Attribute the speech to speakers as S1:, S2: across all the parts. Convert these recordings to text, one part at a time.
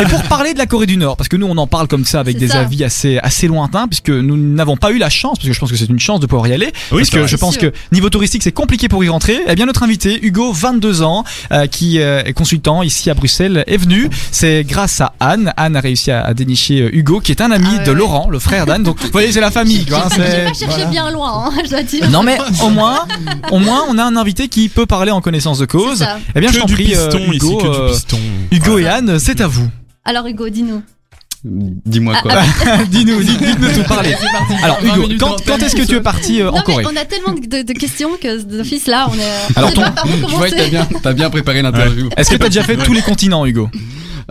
S1: Et pour parler de la Corée du Nord, parce que nous on en parle comme ça avec
S2: C'est
S1: des
S2: ça.
S1: avis assez, assez lointains, puisque nous n'avons pas eu la chance, parce que je pense que c'est une chance de pouvoir y aller,
S3: Oui,
S1: parce
S3: c'est
S1: que
S3: vrai.
S1: je pense
S2: Bien
S1: que niveau touristique c'est compliqué pour y rentrer. Eh bien notre invité, Hugo, 22 ans, euh, qui euh, est consultant ici à Bruxelles, est venu. C'est grâce à Anne. Anne a réussi à, à dénicher euh, Hugo, qui est un ami
S2: Ah ouais,
S1: de
S2: ouais.
S1: Laurent, le frère d'Anne. Donc vous voyez, c'est la famille. quoi,
S4: Ah,
S1: hein,
S2: J'ai pas
S1: c'est-
S2: cherché
S1: voilà.
S2: bien loin, hein, je dois dire.
S1: Non mais au moins, au moins on a un invité qui peut parler en connaissance de
S2: C'est
S1: cause.
S2: ça.
S1: Eh bien je
S3: que
S1: t'en
S3: du
S1: prie, euh,
S3: piston ici,
S1: Hugo,
S3: que
S1: euh,
S3: du piston. Ah,
S1: Hugo et Anne, c'est à vous.
S2: Alors Hugo, dis-nous.
S4: Dis-moi
S1: Ah,
S4: quoi.
S1: dis-nous, dis- dites-nous tout, parlez. Alors
S5: 20
S1: Hugo,
S5: minutes
S1: quand,
S5: d'antenne,
S1: quand est-ce que tu es parti euh, en
S2: non mais
S1: Corée
S2: on a tellement de, de- de questions que d'office là, on est. on
S4: Alors,
S2: sait
S4: ton-
S2: pas par où
S4: Je vois que t'as
S2: commencer.
S4: bien, t'as bien préparé l'interview.
S1: Est-ce que tu as déjà fait tous les continents Hugo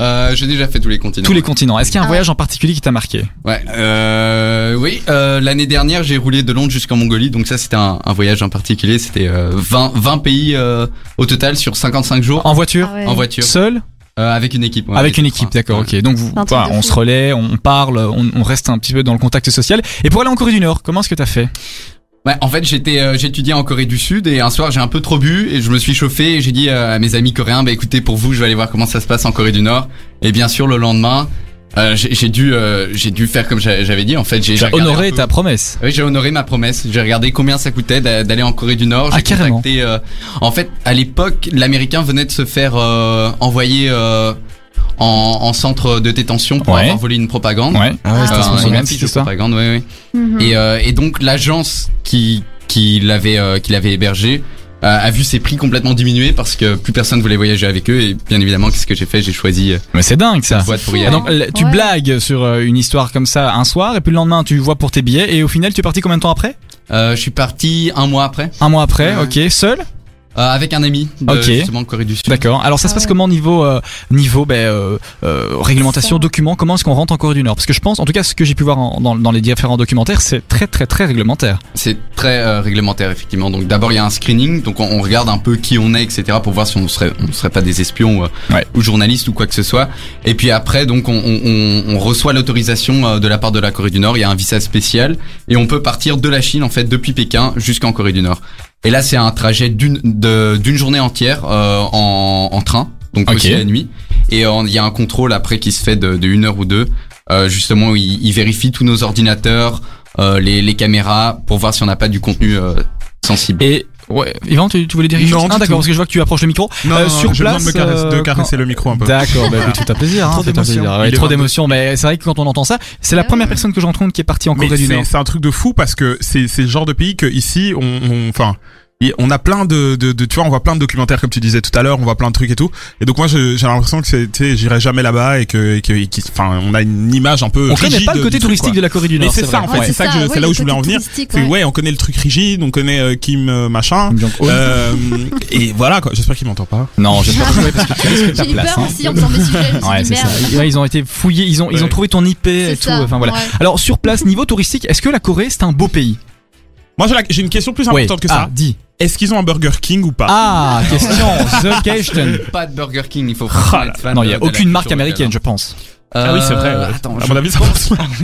S4: Euh, J'ai déjà fait tous les continents.
S1: Tous les continents. Est-ce qu'il y a un
S2: Ah.
S1: voyage en particulier qui t'a marqué
S4: Ouais. Euh, oui. Euh, L'année dernière, j'ai roulé de Londres jusqu'en Mongolie, donc ça c'était un, un voyage en particulier. C'était euh, 20, 20 pays euh, au total sur 55 jours
S1: En voiture
S2: Ah ouais.
S4: en voiture,
S1: Seul
S4: Euh, avec une équipe. Bah, ouais,
S1: Avec une
S4: je crois.
S1: équipe, d'accord,
S4: Ouais.
S1: ok. Donc vous,
S2: C'est un truc
S1: voilà,
S2: de
S1: on
S2: fou.
S1: se relaie, on parle, on, on reste un petit peu dans le contact social. Et pour aller en Corée du Nord, comment est-ce que t'as fait
S4: Ouais, en fait, j'étais, euh, j'étudiais en Corée du Sud et un soir, j'ai un peu trop bu et je me suis chauffé et j'ai dit euh, à mes amis coréens, bah écoutez, pour vous, je vais aller voir comment ça se passe en Corée du Nord. Et bien sûr, le lendemain, euh, j'ai j'ai dû, euh, j'ai dû faire comme j'a- j'avais dit. En fait, j'ai
S1: J'ai
S4: j'ai regardé
S1: honoré
S4: un peu-
S1: ta promesse.
S4: Oui, j'ai honoré ma promesse. J'ai regardé combien ça coûtait d'a- d'aller en Corée du Nord.
S1: Ah,
S4: J'ai
S1: carrément.
S4: contacté. euh, en fait, à l'époque, l'américain venait de se faire euh, envoyer euh, en, en centre de détention pour
S1: Ouais.
S4: avoir volé une propagande.
S1: Ouais.
S3: Ah
S1: Ah,
S2: ouais,
S4: Enfin,
S2: c'était
S1: sponsorisé,
S4: une affiche de
S1: c'est ça
S4: propagande, ouais, ouais.
S2: Mhm.
S4: Et, euh, et donc l'agence qui qui l'avait euh, qui l'avait hébergé euh, a vu ses prix complètement diminuer parce que plus personne voulait voyager avec eux et bien évidemment qu'est-ce que j'ai fait j'ai choisi euh,
S1: Mais c'est dingue ça.
S4: cette boîte pour y
S2: fou,
S4: aller.
S1: Ah, donc,
S3: euh,
S1: l- tu
S2: Ouais.
S1: blagues sur euh, une histoire comme ça un soir, et puis le lendemain tu vois pour tes billets, et au final tu es parti combien de temps après
S4: Euh, je suis parti un mois après
S1: Un mois après,
S4: Ouais.
S1: ok, seul
S4: euh, avec un ami de,
S1: Ok.
S4: justement Corée du Sud.
S1: D'accord. Alors ça se
S2: Ah
S1: passe
S2: ouais.
S1: comment niveau euh, niveau ben, euh, euh, réglementation,
S2: Ça.
S1: documents Comment est-ce qu'on rentre en Corée du Nord Parce que je pense, en tout cas, ce que j'ai pu voir en- dans, dans les différents documentaires, c'est très très très réglementaire.
S4: C'est très euh, réglementaire effectivement. Donc d'abord il y a un screening, donc on, on regarde un peu qui on est, etc. pour voir si on serait on serait pas des espions euh,
S1: Ouais.
S4: ou journalistes ou quoi que ce soit. Et puis après donc on, on- on- on reçoit l'autorisation euh, de la part de la Corée du Nord. Il y a un visa spécial et on peut partir de la Chine en fait depuis Pékin jusqu'en Corée du Nord. Et là c'est un trajet d'une de- d'une journée entière euh, en, en train, donc
S1: Ok.
S4: aussi la nuit. Et euh, il y a un contrôle après qui se fait de, de une heure ou deux. Euh, justement, où il, il vérifie tous nos ordinateurs, euh, les, les caméras, pour voir si on n'a pas du contenu euh, sensible.
S1: Et ouais, Yvan, tu, tu voulais dire
S3: Non,
S1: quelque chose Ah,
S3: du tout.
S1: d'accord, parce que je vois que tu approches le micro.
S3: Non,
S1: Euh,
S3: non,
S1: sur
S3: je
S1: place,
S3: me demande de me caresse-
S1: euh,
S3: de caresser le micro un peu.
S1: D'accord, bah, écoute, tout à plaisir. Hein,
S3: Trop
S1: faites un
S3: d'émotions.
S1: plaisir. Ouais,
S3: Il est
S1: trop
S3: vingt-deux.
S1: d'émotions, mais c'est vrai que quand on entend ça, c'est la
S2: Ah ouais.
S1: première personne que je rencontre qui est partie en
S3: Mais
S1: Corée du Nord.
S3: c'est c'est un truc de fou parce que c'est c'est le genre de pays que ici on- on enfin et on a plein de, de, de- tu vois on voit plein de documentaires comme tu disais tout à l'heure on voit plein de trucs et tout et donc moi je- j'ai l'impression que c'est tu sais, j'irai jamais là-bas et que et que et qu'il- enfin on a une image un peu
S1: On
S3: rigide
S1: connaît pas le
S3: du
S1: côté
S3: truc,
S1: touristique
S3: quoi.
S1: de la Corée du
S3: Mais
S1: Nord.
S3: c'est ça, en
S1: vrai.
S3: fait, c'est ça que je-
S2: ouais,
S3: c'est là
S2: le
S3: où je voulais
S2: côté
S3: en venir.
S2: touristique,
S3: C'est-
S2: ouais.
S3: ouais on connaît le truc rigide on connaît euh, Kim euh, machin
S1: Kim Jong-un.
S3: euh, et voilà quoi j'espère qu'il m'entend pas
S1: oh, Non, je sais pas jouer parce que tu risques ta
S2: J'ai eu
S1: place.
S2: peur
S1: hein.
S2: aussi, on me semblait sujet, je me suis
S1: Ouais,
S2: dit,
S1: c'est ça.
S2: merde.
S1: Ils- ouais, ils ont été fouillés, ils ont, ils ont
S3: Ouais.
S1: trouvé ton IP
S2: C'est
S1: et tout.
S2: ça,
S1: Enfin voilà.
S2: ouais.
S1: Alors sur place, niveau touristique, est-ce que la Corée c'est un beau pays
S3: moi j'ai la- j'ai une question plus
S1: Ouais.
S3: importante que
S1: Ah,
S3: ça
S1: dis.
S3: est-ce qu'ils ont un Burger King ou pas
S1: Ah, question. The question.
S4: Pas de Burger King, il faut
S1: Ah
S4: vraiment
S1: là.
S4: être fan
S1: Non,
S4: de-
S1: il n'y a
S4: de la
S1: aucune marque
S4: culture
S1: américaine,
S4: locale,
S1: je pense.
S4: hein.
S5: Ah oui, c'est vrai,
S4: Euh,
S5: ouais.
S4: Attends,
S3: à
S4: je,
S3: mon avis ça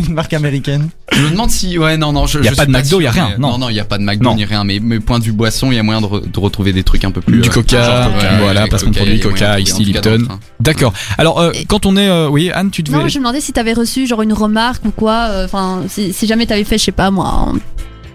S5: Une marque américaine.
S4: je me demande si ouais non non, je,
S1: Y a
S4: je
S1: pas
S4: suis
S1: de McDo,
S4: sûr,
S1: y a rien,
S4: mais-
S1: non.
S4: non non, il y a pas de McDo
S1: Non.
S4: ni rien, mais mais point de vue boisson, il y a moyen de, re- de retrouver des trucs un peu plus
S1: Du
S4: euh,
S1: Coca,
S4: genre Coca,
S1: voilà,
S4: ouais,
S1: placement de
S4: Coca,
S1: produit,
S4: il y a moyen
S1: Coca,
S4: de
S1: ici,
S4: trouver, en tout cas, hein.
S1: Lipton.
S4: dans le train.
S1: D'accord. Alors euh,
S2: Et-
S1: quand on est, euh, oui, Anne, tu devais.
S2: Non, je me demandais si t'avais reçu genre une remarque ou quoi. euh, Enfin, si, si jamais t'avais fait, je sais pas moi. un-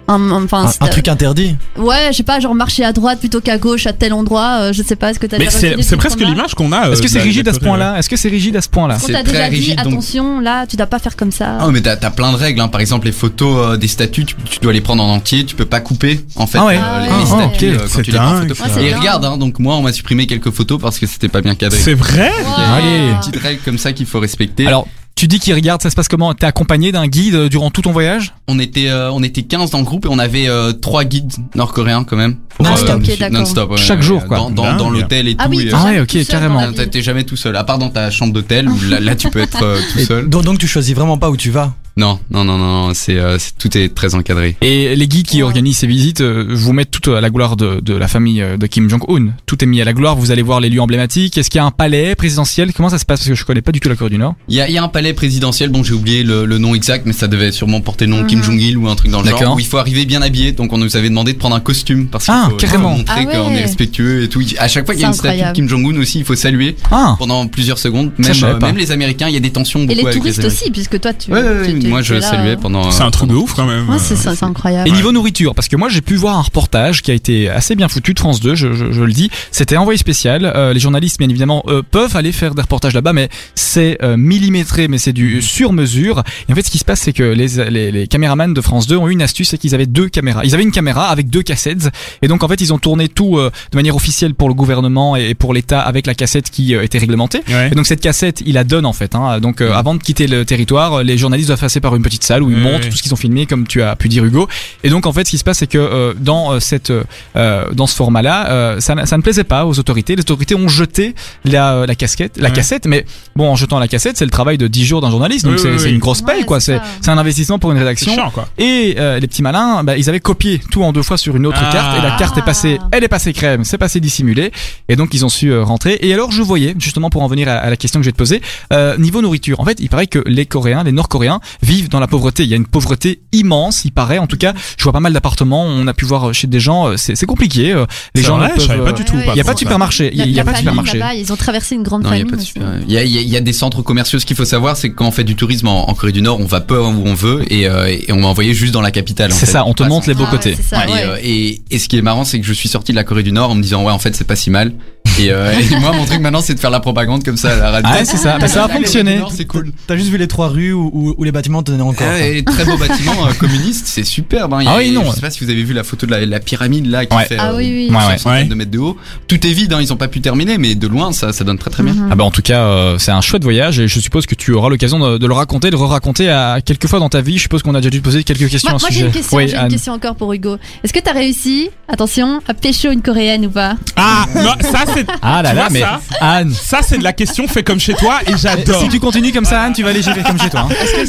S2: un- un- Enfin,
S5: Un,
S2: si
S5: un
S2: t'as-
S5: truc interdit.
S2: Ouais, je sais pas, genre marcher à droite plutôt qu'à gauche à tel endroit. euh, je sais pas, est-ce que t'avais
S3: mais
S2: reçu
S3: c'est
S2: des petites
S3: c'est presque
S2: remarques
S3: l'image qu'on a euh,
S1: Est-ce que
S3: de
S1: c'est
S3: la- de la
S1: rigide à ce
S3: Corée, ouais.
S1: point-là Est-ce que c'est rigide à ce point-là
S2: On
S4: C'est
S2: t'a
S4: très
S2: déjà dit,
S4: rigide, donc-
S2: attention, là, tu dois pas faire comme ça.
S4: Ah mais t'as t'as plein de règles hein. Par exemple les photos euh, des statues tu, tu dois les prendre en entier Tu peux pas couper en fait
S1: Ah ouais.
S4: euh,
S2: Ah
S4: les,
S2: ouais.
S4: les
S2: Ah,
S3: ok.
S4: statues euh,
S3: C'est
S4: quand tu les prends en
S3: dingue,
S4: photo
S2: ça. Ouais, c'est
S4: Et
S2: dingue.
S4: regarde hein, donc moi on m'a supprimé quelques photos Parce que c'était pas bien cadré
S3: c'est vrai
S1: Allez.
S4: Petite règle comme ça qu'il faut respecter. Alors,
S1: Alors. Tu dis qu'il regarde, ça se passe comment T'es accompagné d'un guide euh, durant tout ton voyage
S4: on était euh, on était 15 dans le groupe et on avait euh, trois guides nord-coréens quand même. Pour,
S2: Non-stop. Ok, d'accord.
S4: non-stop, ouais,
S1: Chaque
S4: ouais,
S1: jour,
S4: ouais,
S1: quoi.
S4: Dans, dans, dans
S3: Dingue.
S4: l'hôtel et
S2: Ah
S4: tout.
S2: oui,
S4: et,
S1: Ah
S2: jamais
S1: ouais,
S2: tout
S1: ok,
S2: seul dans
S1: carrément.
S2: la
S4: euh,
S2: vie.
S4: t'es- t'es jamais tout seul, à part dans ta chambre d'hôtel où là, là, tu peux être euh, tout
S5: Et
S4: seul.
S5: donc, donc tu choisis vraiment pas où tu vas.
S4: Non, non, non, non, c'est euh, c'est- tout est très encadré.
S1: Et les guides qui
S2: Ouais.
S1: organisent ces visites euh, vous mettent tout à la gloire de, de la famille euh, de Kim Jong-un. Tout est mis à la gloire, vous allez voir les lieux emblématiques. Est-ce qu'il y a un palais présidentiel Comment ça se passe Parce que je connais pas du tout la Corée du Nord.
S4: Il y a, il y a un palais présidentiel, bon j'ai oublié le, le nom exact, mais ça devait sûrement porter le nom
S2: Mhm.
S4: Kim Jong-il ou un truc dans le
S1: D'accord.
S4: genre, où il faut arriver bien habillé, donc on nous avait demandé de prendre un costume, parce qu'il
S1: Ah,
S4: faut, il faut
S1: carrément.
S4: montrer
S2: Ah
S4: qu'on
S2: ouais.
S4: est respectueux et tout. À chaque fois qu'il y a une
S2: C'est
S4: statue de
S2: incroyable.
S4: Kim Jong-un aussi, il faut saluer
S1: Ah
S4: pendant plusieurs secondes,
S1: Ça,
S4: même,
S1: je savais
S4: euh,
S1: pas.
S4: même les Américains, il y a des tensions
S2: Et
S4: beaucoup
S2: les
S4: avec
S2: touristes
S4: Américains.
S2: aussi, puisque toi, tu.
S4: Ouais, ouais,
S2: tu-
S4: ouais,
S2: tu-
S4: moi
S2: tu
S4: je
S2: es là,
S4: saluais
S2: euh.
S4: pendant.
S3: C'est un
S4: euh,
S3: truc de ouf quand même.
S2: Ouais, c'est
S3: Euh,
S2: ça, c'est incroyable.
S1: Et niveau nourriture, parce que moi j'ai pu voir un reportage qui a été assez bien foutu de France 2, je, je- je le dis. C'était envoyé spécial. Euh, les journalistes, bien évidemment, euh, peuvent aller faire des reportages là-bas, mais c'est euh, millimétré, mais c'est du sur mesure. Et en fait, ce qui se passe, c'est que les, les, les caméramans de France 2 ont eu une astuce, c'est qu'ils avaient deux caméras. Ils avaient une caméra avec deux cassettes, et donc en fait, ils ont tourné tout euh, de manière officielle pour le gouvernement et pour l'État avec la cassette qui euh, était réglementée.
S3: Ouais. Mm.
S1: Et donc cette cassette, il la donne en fait. Hein. Donc euh, avant de quitter le territoire, euh, les journalistes doivent passer par une petite salle où ils
S3: Oui,
S1: montrent
S3: oui.
S1: tout ce qu'ils ont filmé, comme tu as pu dire Hugo. Et donc en fait, ce qui se passe, c'est que euh, dans euh, cette, euh, euh, dans ce format-là, euh, ça, ne- ça ne plaisait pas aux autorités. Les autorités ont jeté la, euh, la casquette, la
S3: Ouais.
S1: cassette. Mais bon, en jetant la cassette, c'est le travail de 10 jours d'un journaliste. Donc
S3: Oui,
S1: c'est
S3: oui,
S1: c'est
S3: oui.
S1: une grosse paye,
S2: Ouais,
S1: quoi.
S2: c'est
S1: C'est
S2: ça.
S1: c'est un investissement pour une
S3: C'est
S1: rédaction.
S3: chiant quoi.
S1: Et euh, les petits malins, bah, ils avaient copié tout en deux fois sur une autre
S3: Ah.
S1: carte. Et la carte est passée,
S2: Ah.
S1: elle est passée crème, c'est passé dissimulé. Et donc ils ont su euh, rentrer. Et alors je voyais, justement pour en venir à, à la question que je vais te poser, euh, niveau nourriture. En fait, il paraît que les Coréens, les Nord-Coréens vivent dans la pauvreté. Il y a une pauvreté immense, il paraît. En tout cas, je vois pas mal d'appartements. On a pu voir euh, chez des gens, euh, c'est c'est compliqué. euh, Les
S3: C'est
S1: gens
S3: vrai,
S1: ne
S3: je savais
S1: peuvent,
S3: pas
S1: euh,
S3: du tout.
S2: Ouais,
S1: Il y a pas de
S3: contre, ça.
S1: supermarché. Il y a- il y a
S2: la
S1: pas de
S2: famine
S1: supermarché.
S2: là-bas, Ils ont traversé une grande
S4: Non, il y a
S2: famine
S4: pas de
S2: aussi.
S4: super- Il y a, il y a- il y a des centres commerciaux. Ce qu'il faut savoir, c'est que quand on fait du tourisme en, en Corée du Nord, on va peu où on veut et, euh, et on m'a envoyé juste dans la capitale. en
S1: C'est
S4: fait.
S1: ça, on te
S4: Pas
S1: montre les beaux
S2: Ah ouais,
S1: côtés.
S2: c'est ça,
S4: Et,
S2: ouais.
S4: euh, et, et ce qui est marrant, c'est que je suis sorti de la Corée du Nord en me disant ouais, en fait, c'est pas si mal. Et, euh, et moi, mon truc maintenant, c'est de faire la propagande comme ça à la radio.
S1: Ah, c'est ça. Mais ça a fonctionné.
S4: C'est cool.
S5: T'as juste vu les trois rues où, où- où les bâtiments tenaient encore.
S4: Euh, et très beau bâtiment euh, communiste, c'est superbe. Hein. Il y a-
S1: Ah oui, non.
S4: Je sais pas si vous avez vu la photo de la, la pyramide là qui
S1: Ouais.
S4: fait euh,
S2: Ah oui, oui.
S1: Ouais, ouais.
S4: 150
S3: Ouais.
S4: de mètres de haut. Tout est vide, hein, ils ont pas pu terminer, mais de loin, ça, ça donne très très
S2: Mm-hmm.
S4: bien.
S2: Mm.
S1: Ah bah en tout cas, euh, c'est un chouette voyage et je suppose que tu auras l'occasion de, de le raconter, de le re-raconter à quelques fois dans ta vie. Je suppose qu'on a déjà dû te poser quelques questions
S2: Moi,
S1: à ce
S2: moi, j'ai
S1: sujet.
S2: une question,
S1: Oui,
S2: j'ai une
S1: Anne.
S2: question encore pour Hugo. Est-ce que t'as réussi, attention, à pécho une coréenne ou pas
S3: Ah, non, ça c'est
S1: Ah là
S3: Tu
S1: là,
S3: vois
S1: mais
S3: ça
S1: Anne.
S3: ça c'est de la question fait comme chez toi et j'adore.
S1: Si tu continues comme ça, Anne, tu vas aller gérer comme chez toi. hein.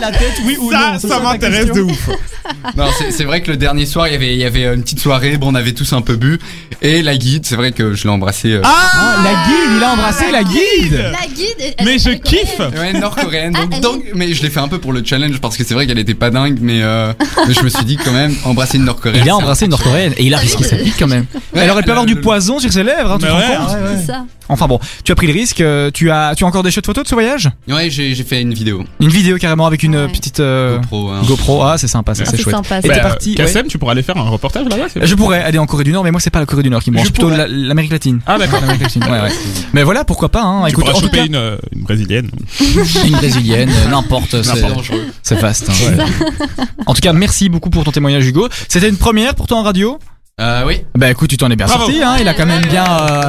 S5: la tête, oui ou
S3: ça,
S5: non
S3: ça m'intéresse de ouf.
S4: Non, c'est- c'est vrai que le dernier soir, il y avait, il y avait une petite soirée. Bon, on avait tous un peu bu. Et la guide, c'est vrai que je l'ai embrassée. euh,
S1: Ah, la guide, il a embrassé la guide.
S2: La guide elle-
S3: Mais
S2: elle-
S3: je
S2: elle est coréenne.
S3: kiffe.
S4: Ouais, nord-coréenne.
S2: Ah,
S4: Donc,
S2: elle
S4: donc- mais je l'ai fait un peu pour le challenge parce que c'est vrai qu'elle était pas dingue, mais, euh, mais je me suis dit quand même embrasser une nord-coréenne.
S1: Il a
S4: c'est
S1: embrassé une nord-coréenne et il a risqué sa vie quand même.
S4: Ouais,
S1: Alors elle peut avoir
S4: le-
S1: du
S4: le-
S1: poison sur ses lèvres, hein, tu te
S3: Mais
S1: rends
S3: ouais.
S1: compte
S2: C'est ça.
S1: Enfin bon, tu as pris le risque. euh, Tu as, tu as encore des chouettes photos de ce voyage
S4: Ouais, j'ai j'ai fait une vidéo
S1: Une vidéo carrément avec une euh,
S2: Ouais.
S1: petite euh,
S4: GoPro. hein.
S1: GoPro. Ah, c'est sympa, ça,
S2: Ah,
S1: c'est
S2: C'est
S1: chouette.
S2: sympa.
S1: Et
S2: ça.
S1: t'es
S3: Bah,
S1: parti,
S3: Kassem, tu pourras aller faire un reportage là-bas. c'est-
S1: Je pourrais aller en Corée du Nord, mais moi c'est pas la Corée du Nord qui me mange,
S3: Je
S1: plutôt
S3: pourrais.
S1: la- l'Amérique latine.
S3: Ah d'accord.
S1: L'Amérique latine, ouais, ouais. Mais voilà, pourquoi pas. Hein.
S3: Tu
S1: Écoute,
S3: pourras
S1: en tout
S3: choper
S1: cas,
S3: une, euh, une brésilienne.
S1: une brésilienne, euh, n'importe. c'est-
S4: C'est dangereux.
S1: C'est vaste. hein. En tout cas, merci beaucoup pour ton témoignage, Hugo. C'était une première pour toi en radio.
S4: Euh, oui.
S1: Bah écoute, tu t'en es bien
S3: Bravo.
S1: sorti. Hein. Il a quand même bien, euh,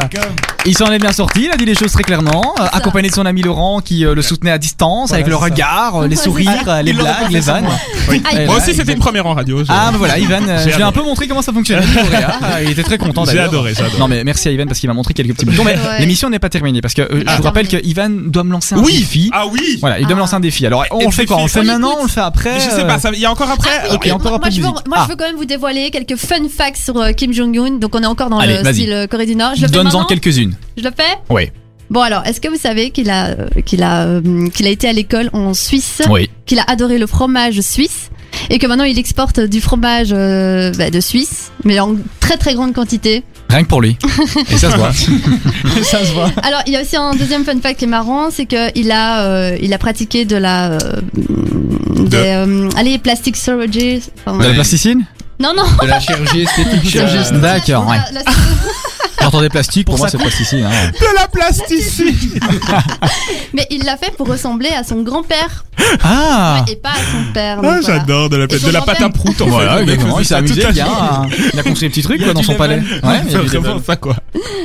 S1: il s'en est bien sorti. Il a dit les choses très clairement, euh, accompagné de son ami Laurent qui euh, le soutenait à distance
S5: Voilà,
S1: avec le
S5: c'est ça.
S1: regard, euh, les
S2: Ouais,
S1: sourires, euh, les
S5: Il l'aurait pas
S1: blagues,
S5: fait
S1: les
S5: sans
S1: vannes.
S5: moi.
S2: Aïe.
S3: Moi
S1: Ouais,
S3: aussi, c'était une première en radio. je-
S1: Ah bah voilà, Ivan, euh,
S3: J'ai
S1: je lui ai un
S3: adoré.
S1: peu montré comment ça fonctionnait. le lauréat. Ah, Il était très content
S3: J'ai
S1: d'ailleurs.
S3: adoré, j'ai adoré.
S1: Non mais merci à Ivan parce qu'il m'a montré quelques petits boutons. Mais
S2: Ouais.
S1: l'émission n'est pas terminée parce que euh, je
S2: Ah.
S1: vous rappelle que Ivan doit me lancer un
S3: Oui.
S1: défi.
S3: Ah oui.
S1: Voilà, il doit me
S2: Ah.
S1: lancer un défi. Alors on
S3: Et
S1: le
S3: le
S1: fait quoi
S3: défi-
S1: On le fait
S3: on
S1: maintenant,
S2: écoute.
S1: on le fait après
S3: Mais Je sais
S1: euh,
S3: pas, ça- il y a encore après.
S1: Ok,
S2: Moi,
S1: encore un peu
S2: moi,
S1: de
S2: je veux,
S1: musique.
S2: moi,
S1: Ah.
S2: je veux quand même vous dévoiler quelques fun facts sur euh, Kim Jong-un. Donc, on est encore dans
S1: Allez,
S2: le
S1: vas-y.
S2: style euh, Corée du Nord. Je le fais
S1: Donne-en
S2: maintenant
S1: quelques-unes.
S2: Je le fais
S1: Oui.
S2: Bon, alors, est-ce que vous savez qu'il a, euh, qu'il a, euh, qu'il a été à l'école en Suisse
S1: Oui.
S2: qu'il a adoré le fromage suisse et que maintenant il exporte du fromage euh, bah, de Suisse, mais en très très grande quantité.
S1: Rien que pour lui. Et ça se voit.
S5: Ça se voit.
S2: Alors il y a aussi un deuxième fun fact qui est marrant, c'est qu'il a euh, il a pratiqué de la euh, des, euh, allez plastic surgery. enfin,
S1: De la
S4: Ouais.
S1: plasticine
S2: Non non.
S4: De la chirurgie esthétique. euh,
S1: juste- D'accord, ouais. Ah,
S2: La- la-
S1: J'entendais plastique, pour,
S5: Pour
S1: moi
S5: ça
S1: c'est plasticine. hein.
S3: De la plasticine.
S2: mais il l'a fait pour ressembler à son grand-père
S1: Ah
S2: et pas à son père. donc
S3: Ah,
S2: voilà.
S3: J'adore de la
S2: Et
S3: pla-
S2: son
S3: de la pâte à
S2: grand-père.
S3: prout. en fait.
S1: Voilà,
S3: Le mec
S1: exactement, il s'est
S3: faisait
S1: amusé,
S3: ça
S1: il
S3: toute
S1: y
S3: la journée.
S1: a, un- il a construit des petits trucs
S3: Il y a
S1: quoi, dans
S3: du
S1: son palais.
S3: level.
S1: Ouais, il y a du
S3: C'est vraiment
S1: level.
S3: ça quoi.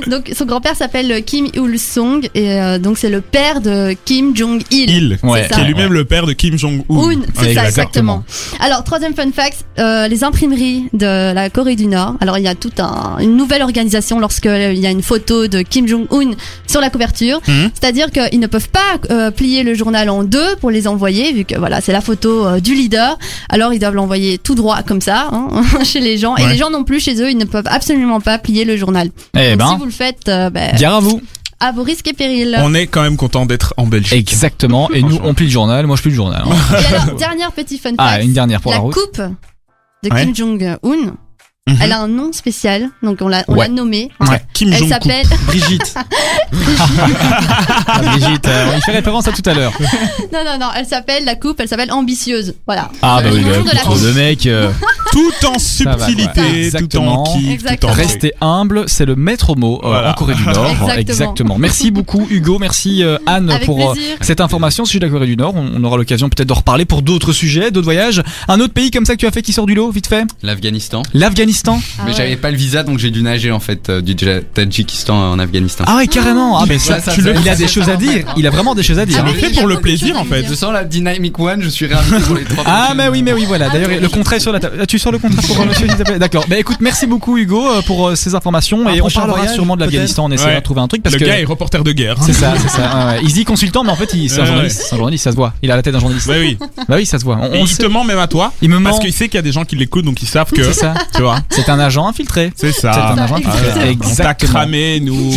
S2: Donc son grand-père s'appelle Kim Il Sung et euh, donc c'est le père de Kim Jong Il.
S3: Il.
S1: Ouais.
S2: C'est ça.
S3: Qui est lui-même le père de Kim Jong-un.
S2: Oun, c'est ça exactement. Alors troisième fun fact, euh, les imprimeries de la Corée du Nord. Alors il y a toute un- une nouvelle organisation lorsque euh, il y a une photo de Kim Jong Un sur la couverture,
S3: Mhm.
S2: c'est-à-dire qu'ils ne peuvent pas euh, plier le journal en deux pour les envoyer, vu que voilà, c'est la photo euh, du leader. Alors ils doivent l'envoyer tout droit comme ça hein, chez les gens. Et
S3: Ouais.
S2: les gens non plus chez eux, ils ne peuvent absolument pas plier le journal.
S1: Eh
S2: Donc, si
S1: ben,
S2: vous le faites, euh, ben,
S1: gare à vous.
S2: à vos risques et périls.
S3: On est quand même content d'être en Belgique.
S1: Exactement. Et nous,
S3: Franchement.
S1: on plie le journal. Moi, je plie le journal. hein.
S2: Et alors, dernière petit fun fact.
S1: Ah, une dernière pour
S2: la
S1: la route.
S2: coupe de
S3: Ouais.
S2: Kim Jong-un,
S3: Mhm.
S2: elle a un nom spécial, donc on l'a on
S1: Ouais.
S2: l'a nommée.
S3: Ouais. Kim
S2: Elle
S3: Jong-un.
S2: s'appelle
S5: Brigitte.
S1: Ah, Brigitte, euh, il fait référence à tout à l'heure.
S2: non non non, elle s'appelle la coupe, elle s'appelle ambitieuse. Voilà.
S1: Ah, bah
S2: Le
S1: oui,
S2: nom de la
S1: bah,
S2: coupe.
S1: le mec. euh,
S3: Tout en
S1: va, quoi.
S3: subtilité, tout en
S1: Exactement.
S3: kiff, tout en
S2: Exactement.
S3: truc.
S1: Restez humble, c'est le maître mot euh,
S3: Voilà.
S1: en Corée du Nord.
S2: Exactement.
S1: Merci beaucoup Hugo, merci euh, Anne
S2: Avec
S1: pour euh,
S2: plaisir.
S1: cette information sur la Corée du Nord. On, on aura l'occasion peut-être d'en reparler pour d'autres sujets, d'autres voyages. Un autre pays comme ça que tu as fait qui sort du lot, vite fait
S4: L'Afghanistan.
S1: L'Afghanistan
S2: Ah
S4: mais
S2: ouais.
S4: j'avais pas le visa, donc j'ai dû nager en fait euh, du Ja- Tadjikistan en Afghanistan.
S1: Ah ouais, carrément. Ah, mais
S4: vois,
S1: ça,
S4: ça,
S1: tu
S4: ça,
S1: le-
S4: ça,
S1: il a
S4: ça,
S1: des
S4: ça,
S1: choses à
S4: ça,
S1: dire.
S4: ça, ça.
S1: Il y a vraiment des choses à dire.
S2: Ah,
S1: hein.
S2: mais
S3: le fait
S2: oui, il y a
S3: pour le
S2: beaucoup de
S3: plaisir,
S2: choses à
S3: en fait.
S2: dire.
S4: Je sens la Dynamic One, je suis réinvité pour les trois
S1: Ah,
S4: prochaines.
S1: mais oui, mais oui, voilà.
S2: Ah,
S1: D'ailleurs,
S2: oui.
S1: le contrat est sur la table. As-tu sur le contrat pour euh, monsieur, s'il te plaît D'accord. Bah écoute, merci beaucoup Hugo euh, pour euh, ces informations
S5: Un
S1: et on
S5: prochain
S1: parlera
S5: voyage,
S1: sûrement de l'Afghanistan. On essaiera
S3: Ouais.
S1: de trouver un truc parce
S3: Le
S1: que.
S3: gars est reporter de guerre.
S1: C'est ça, c'est ça. ouais, ouais. Il se dit consultant, mais en fait, il- c'est un
S3: Ouais,
S1: journaliste. C'est un journaliste, ça se voit. Il a la tête d'un journaliste.
S3: Bah oui.
S1: Bah oui, ça se voit. On,
S3: Et
S1: on
S3: il
S1: sait-
S3: te ment même à toi.
S1: il me ment.
S3: Parce qu'il sait qu'il y a des gens qui l'écoutent, donc ils savent que.
S1: C'est ça.
S3: Tu vois.
S1: C'est un agent infiltré.
S3: C'est
S1: C'est un
S3: ça.
S1: agent
S3: Ah,
S1: infiltré.
S3: on t'a
S1: Exactement.
S3: cramé, nous.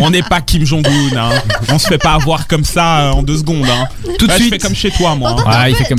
S3: On n'est pas Kim Jong-un. Hein. On se fait pas avoir comme ça euh, en deux secondes. Hein.
S1: Tout de
S3: Là, je fais
S1: suite.
S3: comme chez toi, moi. hein.
S1: Ah, il fait comme